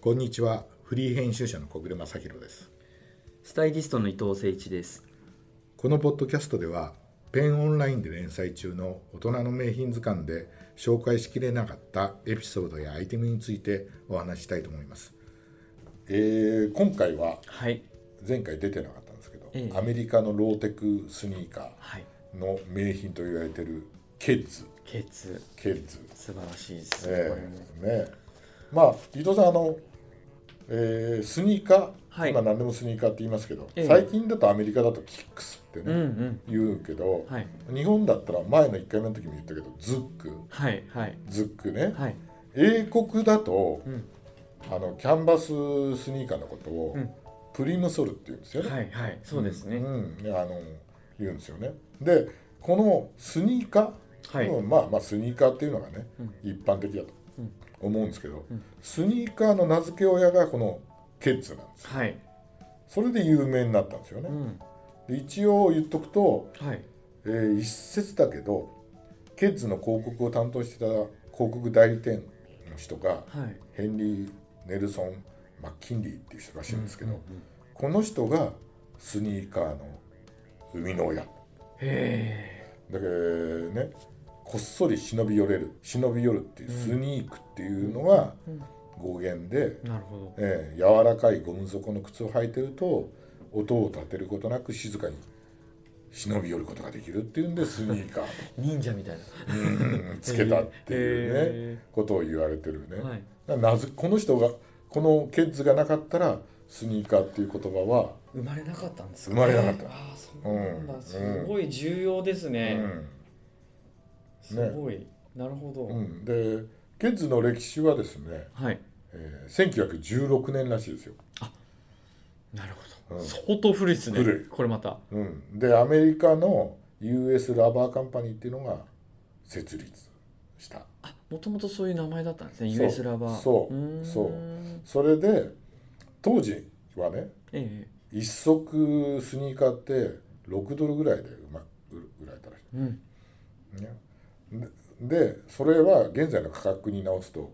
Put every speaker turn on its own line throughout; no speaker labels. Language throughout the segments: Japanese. こんにちはフリー編集者の小暮正弘です
スタイリストの伊藤誠一です。
このポッドキャストではペンオンラインで連載中の大人の名品図鑑で紹介しきれなかったエピソードやアイテムについてお話ししたいと思います、えー今回は
はい。
前回出てなかったんですけど、
ええ
アメリカのローテクスニーカ
はい。
ーの名品と言われてるケッズ
ケツ、
ケッズ
素晴らしいです。これ
え
も
えねえまあ伊藤さんあの、えースニーカー、
はい
今何でもスニーカーって言いますけど、
ええ
最近だとアメリカだとキックスって
うん
ね、言うけど、
うん。はい。
日本だったら前の1回目の時も言ったけどズック
はい。はい。
ズックね、
はい。
英国だと、
うん
あのキャンバススニーカーのことを、
うん
プリムソルって言うんですよね、
はい。はい。そうですね。
うん、ねあの言うんですよねでこのスニーカー、
はい
うんまあまあスニーカーっていうのがね、
うん
一般的だと
うん
思うんですけど、
うん
スニーカーの名付け親がこのケッズなんですよ
はい。
それで有名になったんですよ
う
ね、
ん。
で一応言っとくと、
はい。
えー一説だけどケッズの広告を担当してた広告代理店の人が
はい。
ヘンリー・ネルソン・マッキンリーっていう人らしいんですけど、
うんうん
この人がスニーカーの生みの親
へ
だけどねこっそり忍び寄れる忍び寄るっていうスニークっていうのが
うん
語源で、
え。なるほど。
ええ柔らかいゴム底の靴を履いてると音を立てることなく静かに忍び寄ることができるっていうんでスニーカー
忍者みたいな。
うん つけたっていうね、
へ
ことを言われてるね、
はい。
だからなぜこの人がこのケッズがなかったらスニーカーっていう言葉は
生まれなかったんですか、
生まれなかった
ああ、そうなん
うん
だ。すごい重要ですね。すごい。なるほど。
うんうん、でケッズの歴史はですね、
はい。
えー1916年らしいですよ、
なるほど。
うん
相当古いですね。
古い
これまた。
うん、でアメリカの US ラバーカンパニーっていうのが設立した
あ、もともとそういう名前だったんですね。
そう
US ラバー。
そう
ーん
そうそれで当時はね
え
一足スニーカーって6ドルぐらいでうま売売られたらしい
え。うん。
ね、ででそれは現在の価格に直すと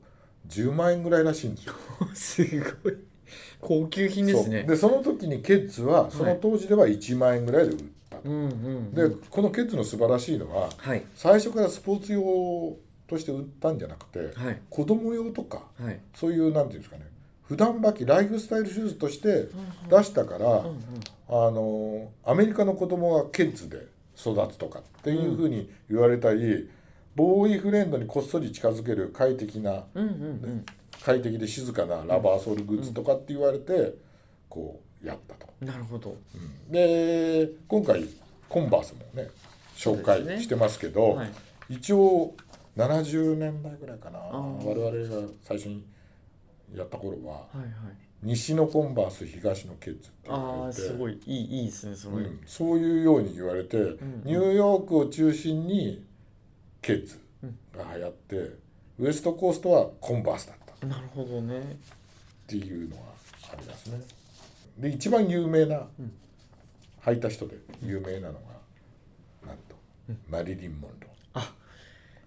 10万円ぐらいらしいん ですよ。
すごい高級品ですね
そうでその時にケッズはその当時では1万円ぐらいで売ったと、
うんうん
でこのケッズの素晴らしいのは
はい
最初からスポーツ用として売ったんじゃなくて
はい
子供用とか
はい
そういうなんていうんですかね普段履きライフスタイルシューズとして出したから、
うんうん
あのアメリカの子供がケンツで育つとかっていうふうに言われたり、ボーイフレンドにこっそり近づける快適な
うんうん
快適で静かなラバーソールグッズとかって言われて、こうやったと。
うんなるほど
うんで今回コンバースもね紹
そうです
介
ね
してますけど
はい
一応70年代ぐらいかな
ー
我々が最初にやった頃は
はいはい
西のコンバース東のケッツって言
あ
わ
あ
れて
すごいいいいいですねすご
う
い、
ん、そういうように言われて、
ん
ニューヨークを中心にケッツが流行って、ウエストコーストはコンバースだったっ
なるほどね
ていうのがありますね。で一番有名な、
うん
履いた人で有名なのがなんと、
うん
マリリン・モンロー。
あ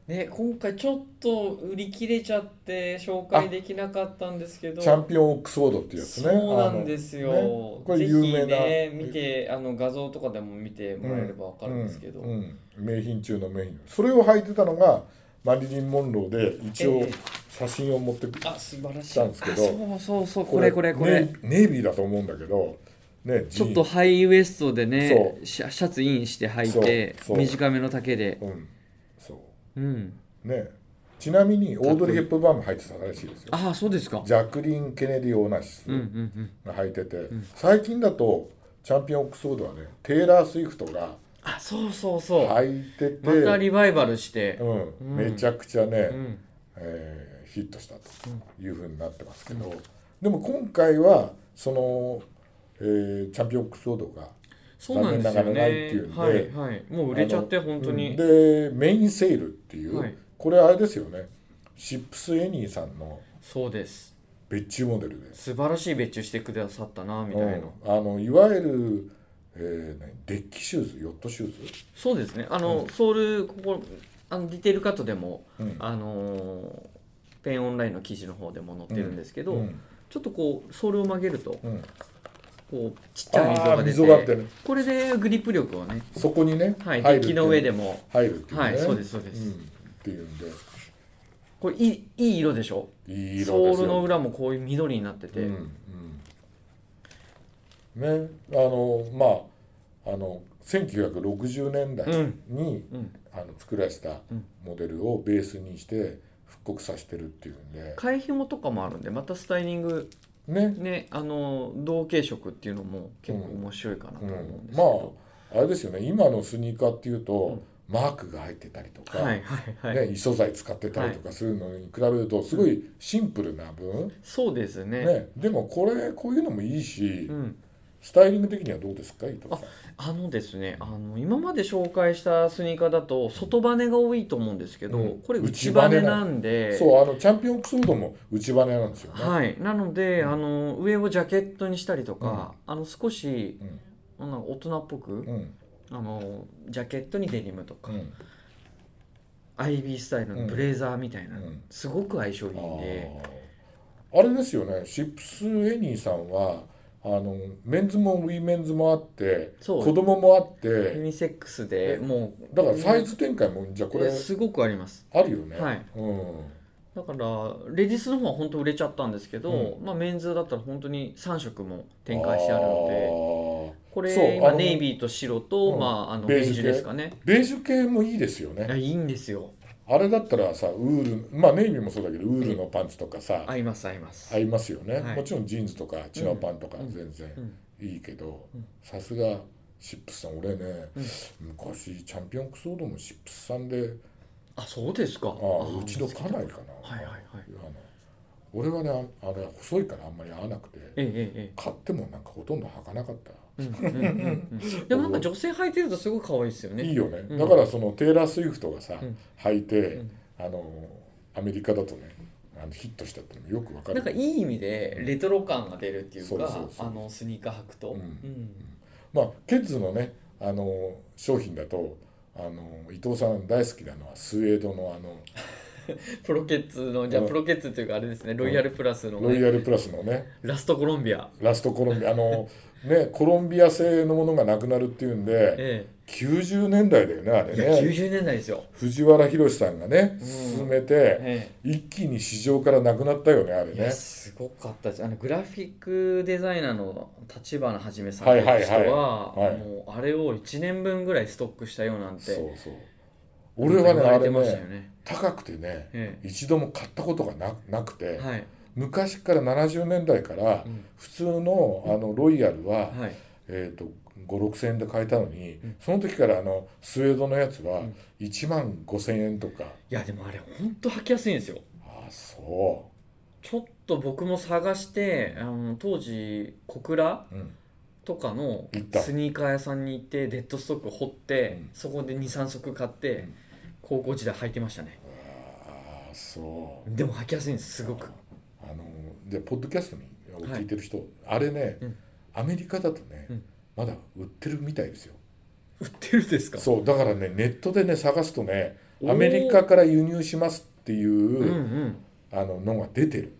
ね今回ちょっと売り切れちゃって紹介できなかったんですけど
チャンピオン・オックスフォードっていうやつね。
そうなんですよ、
あのねこれ有名な、
ぜひね見てあの画像とかでも見てもらえればわかるんですけど、
うんうん名品中の名品それを履いてたのがマリリン・モンローで一応
ええ
写真を持ってく
あ素晴らしい
したんですけど
あそうそうそうこれこれこれ
ねネイビーだと思うんだけどね
ち
ジ
ょ
ー
っ
ン
とハイウエストで
そ
ねシャシャツインして履いて
そうそう
短めの丈で
うんそ
うん
うねちなみにオードリー・ヘップバーンも履いてたらしいですよ
ああそうですか
ジャクリーン・ケネディ・オーナシス
うんうんうん
が履いてて、最近だとチャンピオン・オックスフォードはねテイラー・スウィフトが
あそうそうそう、
履いてて、
またリバイバルして
う、
うんん
めちゃくちゃね、
うん
えーヒットしたというふうになってますけど、でも今回はその、えーチャンピオン・オックスフォードが
そうなんですよ
残念ながらないっていうん
ね
で
はいはいもう売れちゃって本当
うん
に
でメインセールっていう、
はい
これあれですよねシップス・エニーさんの
そうです
別注モデルです
素晴らしい別注してくださったなみたいな、
うんあのいわゆる、えーねデッキシューズヨットシューズ
そうですねあの、ソールここあのディテールカットでも、
うん
あのーペンオンラインの記事の方でも載ってるんですけど、
うん
ちょっとこうソールを曲げると
うん、
こうちっちゃい溝
ああ
が出
溝があって
て
ね
これでグリップ力をね、
そこにね、
はい、
入る
デッ
ってい
キ
う
の上でも
入るっていうね、
はいそうですそうです
ん、っていうんで
これいいいい色でしょ
いい色ですよ
ソールの裏もこういう緑になってて、
うんうん、ねあのまああの1960年代
うん
に、
うん
あの作られた
うん
モデルをベースにして復刻させてるっていうんで、
貝ひもとかもあるんでまたスタイリング
ね、
ねあの同系色っていうのも結構面白いかな
う
と思うんで
ん、
すけ
ま
ど、
ああれですよね今のスニーカーっていうと、マークが入ってたりとか、
はいはいはい、
ね、異素材使ってたりとかするのに比べるとすごいシンプルな分、
そうですね
ね、でもこれこういうのもいいし、
うん、
スタイリング的にはどうですか伊藤さん。
あのですねあの今まで紹介したスニーカーだと外バネが多いと思うんですけど、
うん
これ内
内
バ
バ
ネ
ネ
なんで
そうあのチャンピオンクソードも内バネなんですよね。
はい、なので、
うん
あの上をジャケットにしたりとか、あの少し
うん
なんか大人っぽく、
うん
あのジャケットにデニムとか、
うん
アイビースタイルのブレザーみたいな、
うん
すごく相性い
あ
いんで、
ーあれですよねシップスエニーさんはあのメンズもウィメンズもあって
そう
子供もあっ
ユ
て
ニセックスでもう
だからサイズ展開もじゃあこ
え
れ
すごくあります
あるよね。
はい
うん
だからレディースの方は本当売れちゃったんですけど、
う
まあ、メンズだったら本当に3色も展開してあるの
で
で。これ
そう
今
あの
ネイビーと白と、
うん
まああの
ベ
ベ
ージュ
ージュ
系
ですかね。
ベージュ系もいいですよ
いや
ね
いいんですよ。
あれだったらさウールまあネイビーもそうだけどウールのパンツとかさ
合います合います。
合いますよね、
はい
もちろんジーンズとかチノパンとか
うん
全然
うん
いいけど
うん
さすがシップスさん俺ね、
うん
昔チャンピオンクソードもシップスさんで
あそうですか。
あ
あ
うちの家内かな、
はいはいはい。
あの俺はねああれ細いからあんまり合わなくて
えええ
買ってもなんかほとんど履かなかった、
え。うんうんうんうん。でもなんか女性履いてるとすごい可愛いですよね。
いいよね、
うん
だからそのテイラー・スウィフトがさ、
うん
履いて、
うん
あのアメリカだとねあのヒットしたってのもよくわかる
なんかいい意味でレトロ感が出るっていう
そう
か、
そうそう
あのスニーカー履くと。
うん
ん
まあケッズのねあの商品だとあの伊藤さん大好きなのはスウェードのあの
プロケッツのじゃあ
うん
プロケッツというかあれですねロイヤルプラスのね、
ロイヤルプラスのね
ラストコロンビア。
ラストコロンビアあのねコロンビア製のものがなくなるっていうんで
え
90年代だよねあれ
え。いや
ね
90年代ですよ。
藤原宏さんがね
うん
進めて
ええ。
一気に市場からなくなったよねあれ
いや
ね
すごかったですあのグラフィックデザイナーの立花はじめさん
は
とい
いうはいはい
人は
はい
もうあれを1年分ぐらいストックしたようなん
そう
て
そう俺はね
言わ
あ
れて
れ
ましたよ
ね
ね
高くてね
え
一度も買ったことがななく
え
て
はい
昔から70年代から
うん
普通のあのロイヤルは
はい
えー、と56,000円で買えたのに、
ん
その時からあのスウェードのやつは
うん
1万5,000円とか、
いやでもあれ本当履きやすいんですよ
ああそ
ちょっと僕も探してあの当時小倉
う、うん、
とかの
行った
スニーカー屋さんに行ってデッドストック掘って、
うん
そこで23足買って、
うん
高校時代履いてましたね
ああそう
でも履きやすいんですすごく
あのでポッドキャストにを聞いてる人、あれね、
うん
アメリカだとね、
うん
まだ売ってるみたいですよ
売ってるんですか
そうだからねネットでね探すとね
おー
アメリカから輸入しますっていう、
うんうん
あののが出てる、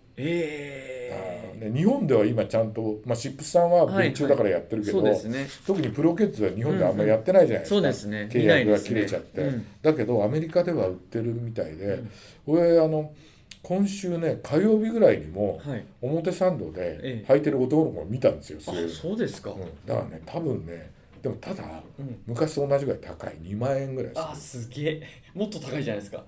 ええ
あーね、日本では今ちゃんと、まあ、シップスさんは米中だからやってるけ
そ
ど、
うですね
特にプロケッツは日本であんまりやってないじゃないですか、
そうですね
契約が切れちゃって、
見ないですね
だけどアメリカでは売ってるみたいで、
うん
俺あの今週ね火曜日ぐらいにも
うんはい
表参道
え
で
え
履いてる男の子を見たんですよ、それ
あそうですか、
うん、だからね多分ねでもただ
うん
昔と同じぐらい高い2万円ぐらい
あ
す
すげえ もっと高いじゃないですか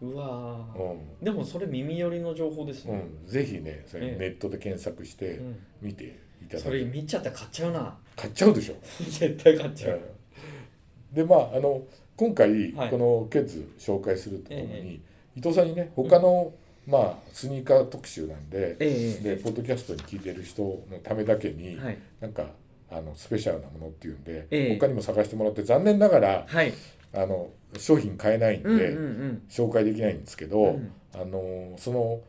る
うわ
う
ー
ん
でもそれ耳寄りの情報です
うんう
ね、
んぜひねそ
え
れ
え
ネットで検索し
う
て
ん
見ていただ
そ
け
れ
る
見ちゃったら買っちゃうな
買っちゃうでしょ、
絶対買っちゃう、
うんでまああの今回
はい
このケッズ紹介するとともに、
え
伊藤さんにね他の、まあスニーカー特集なんで、
ええ
でポッドキャストに聞いてる人のためだけに、
はい
なんかあのスペシャルなものっていうんで、
ええ
他にも探してもらって残念ながら
はい
あの商品買えないんで、
うんうんうん
紹介できないんですけど、
うん
あのその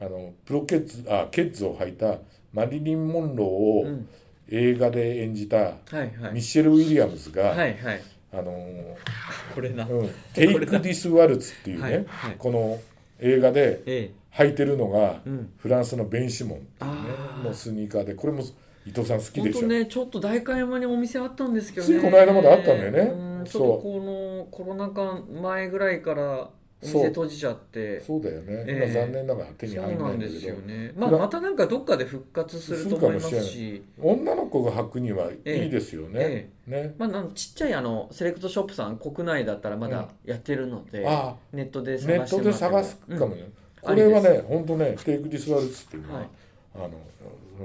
あのプロケッズあケッズを履いたマリリン・モンロー
う
を
ん
映画で演じた
はいは
ミッ
い
シェル・ウィリアムズが、
はいはい
あのー
これな、
うん、テイク・ディス・ワルツっていうね、
はいはい
この映画で
え
履いてるのが
うん
フランスのベンシモンっていうね
あー
のスニーカーでこれも伊藤さん好き
本
で
当
しょ、
ねちょっと代官山にお店あったんですけど
つ
ね
いこの間まであったんだよね
うんちょっ
そう
とこのコロナ禍前ぐらいからお
そう
店閉じちゃって
そうだよね、
ええ
今残念ながら手に
そう
入ら
な
ない
ん
んだ
で
け
す
ど
よねまあ
裏
またなんかどっかで復活すると思います
するかもし
し
女の子が履くにはいいですよね、
え
ね
まあなんちっちゃいあのセレクトショップさん国内だったらまだやってるので
ああ
ネットで
ネ
探
ッ
して
トで
もらっても
探すかも
うん
ね、これは
あり
ね本当ねテイク・ディス・ワルツっていうのは、
はい
あの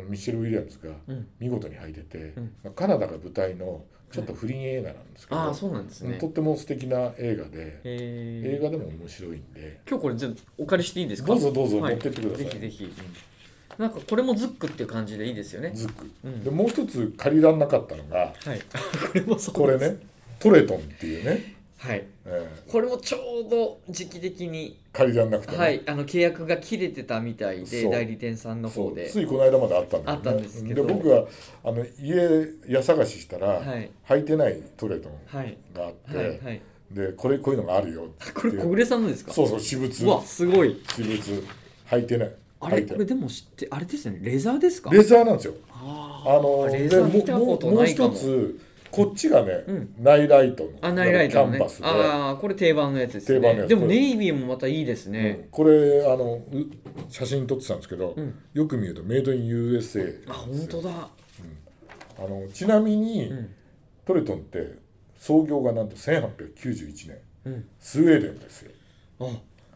ミシェル・ウィリアムズが
うん
見事に履いてて、
う
カナダが舞台のちょっと不倫映画なんですけど、
ああそうなんですね
とっても素敵な映画で、映
映
画でも面白いんで
今日これ全部お借りしていいですか
どうぞどうぞ
はい
持ってってください
ぜひぜひなんかこれもズックっていう感じでいいですよね
ズック
うん
でもう一つ借りらんなかったのが
はい これもそう
これねトレトンっていうね、
はい
え
これもちょうど時期的に、
ー借りらんなくてね、
はい、あの契約が切れてたみたい
そ
で
う
代理店さんの
そ
方
う
で
ついこの間まであったんだよね
あったんですけど
で僕はあの家家探ししたら、
はい
履いてないトレトン
はい
があって、
はいはい
でこれこういうのがあるよっていう
これ小暮さんのですか
そうそう私物私
うわ
物
すごい
履いてない
あれ
履いて
こ
な
れ
い
でも知ってあれですよねレザーですか
レザーなんですよ
あ
あの
レザー見
で
た
も
ことないかも
もう一つこっちがね、
うん
ナイライトの
あナイライト
キャ
の
ン
ね
パスで、
ああこれ定番のやつですね
定番のやつ
でもネイビーもまたいいです
う
ね、
んこれあのう写真撮ってたんですけど、
ん
よく見るとメイドイン USA
あ本当だ
あのちなみに、
ん
トレトンって創業がなんと1891年
うん
スウェーデンですよ
あ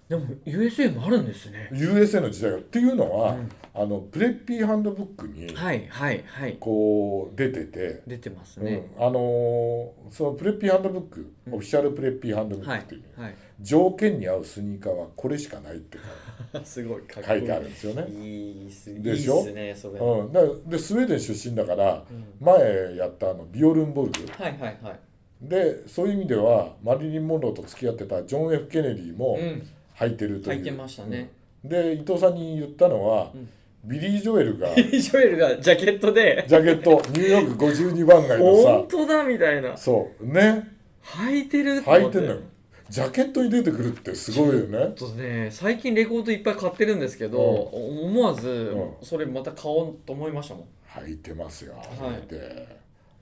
でも USA もあるんですね
USA の時代がっていうのは、あのプレッピーハンドブックに
はいはいはい
こう出てて、
出てます
うん
ね、
あのーそのプレッピーハンドブック、オフィシャルプレッピーハンドブッ
は
ク
い
っていう、
はい
条件に合うスニーカーはこれしかないって
すごいかっ
書いてあるんですよね。
いいっす
でしょ
いいっすねそれ、は
うん、だでスウェーデン出身だから、
う
前やったあのビオルンボルグ
いはいはい
でそういう意味ではマリリン・モンローと付き合ってたジョン・ F ・ケネディも
うん
履いてるという、
入ってましたね、
で伊藤さんに言ったのは、
うん
ビリー・ジョエルが
ビ
ジ
リー・ジョエルがジャケットで
ャケッ トニューヨーク52番街の
本当だみたいな
さそうね
履いてると
履
思
い
って
んのよジャケットに出てくるってすごいよね
ちょっとね最近レコードいっぱい買ってるんですけど、思わず、
う
それまた買おうと思いましたもん
履いてますよ
はい
履いて、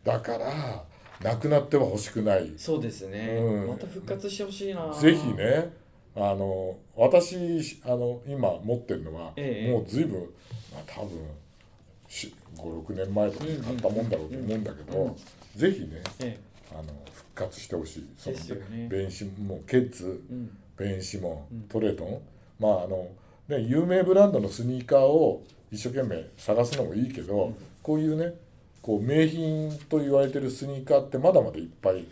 だからなくなっては欲しくない
そうですね、
うん
また復活してほしいな
ぜひねあの私あの今持ってるのは、
ええ
もう随分、まあ、多分56年前とかに買ったもんだろうと思うんだけど、
うんうん
ぜひね
え
あの復活してほしいその
ですよね
ベンシもうケッツ
えうん
ベンシモ
うん
ントレートン、まああのね有名ブランドのスニーカーを一生懸命探すのもいいけど、
うん
こういうねこう名品と言われてるスニーカーってまだまだいっぱい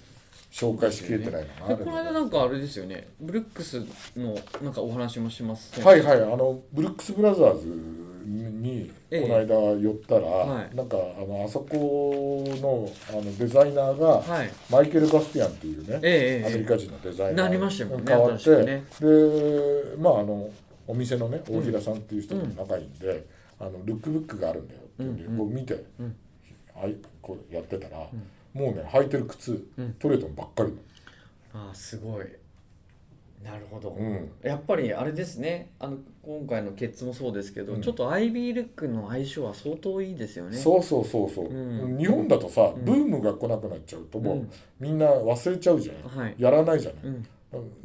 紹介しきれてないのがあ
で
る
こ
の
の間なんかあれですよねブルックスのなんかお話もします
はい
い
はい、あのブルックス・ブラザーズに
ええ
この間寄ったら、
はい
なんかあのあそこのあのデザイナーが、
はい
マイケル・バスティアンっていうね、
ええええ
アメリカ人のデザイナー
なりましたもんね
変わっ
新
て、
しくね
でまああのお店のね大平さんっていう人と
うん
仲いいんで、あのルックブックがあるんだよっていうんで、
うんうん
こう見て、
うん
あいこうやってたら、もうね履いてる靴、
うん
トレートンばっかり
ああすごいなるほど、
の、うん、
やっぱりあれですねあの今回のケッツもそうですけど、
うん
ちょっとアイビールックの相性は相当いいですよね
そうそうそうそう、
うん
日本だとさ、
うん
ブームが来なくなっちゃうともう、
うん
みんな忘れちゃうじゃない、
はい
やらないじゃない、
うん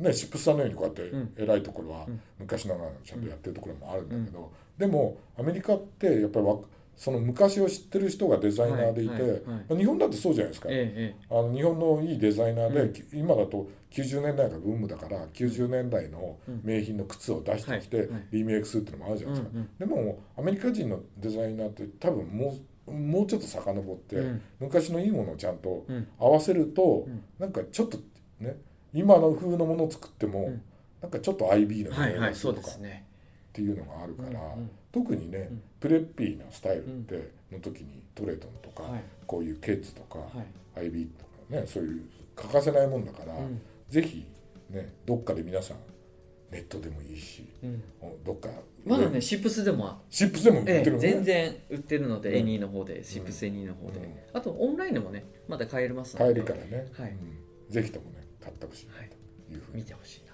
ねシップスさんのようにこうや
うん
って偉いところは
うん
昔ながらのちゃんとやってるところもあるんだけど、でもアメリカってやっぱりわその昔を知ってる人がデザイナーでいて、
はいはいは
日本だってそうじゃないですか、
ええ
あの日本のいいデザイナーで、
うん
き今だと90年代がブームだから90年代の
うん
名品の靴を出してき
は
て
いはい
リメイクするっていうのもあるじゃないですか、
うんうん
でもアメリカ人のデザイナーって多分もうもうちょっと遡って、
うん
昔のいいものをちゃんと
ええうん
合わせると、
うん
なんかちょっとね今の風のものを作っても、
うん
なんかちょっと IB の
はいは
が
い
す
そう
ると
で
か
す
っ
ね
ていうのがあるから、
うんうん
特にね、
うん
プレッピーなスタイルって、の時にトレートンとか、
はい
こういうケッズとか、
はい
IB とかねそういう欠かせないもんだから、
うん
ぜひねどっかで皆さんネットでもいいし
うん
どっか
まだねシップスでも
シップスでも売って
ええ
るもんね、
全然売ってるの
うん
で、エニーの方で、シップスエニーの方で、
うん
あとオンラインでもね、まだ買えますの
買
で、
えるからね、
はい
うんぜひともね買ってほしいな
はい
というふうに
見てほしいな。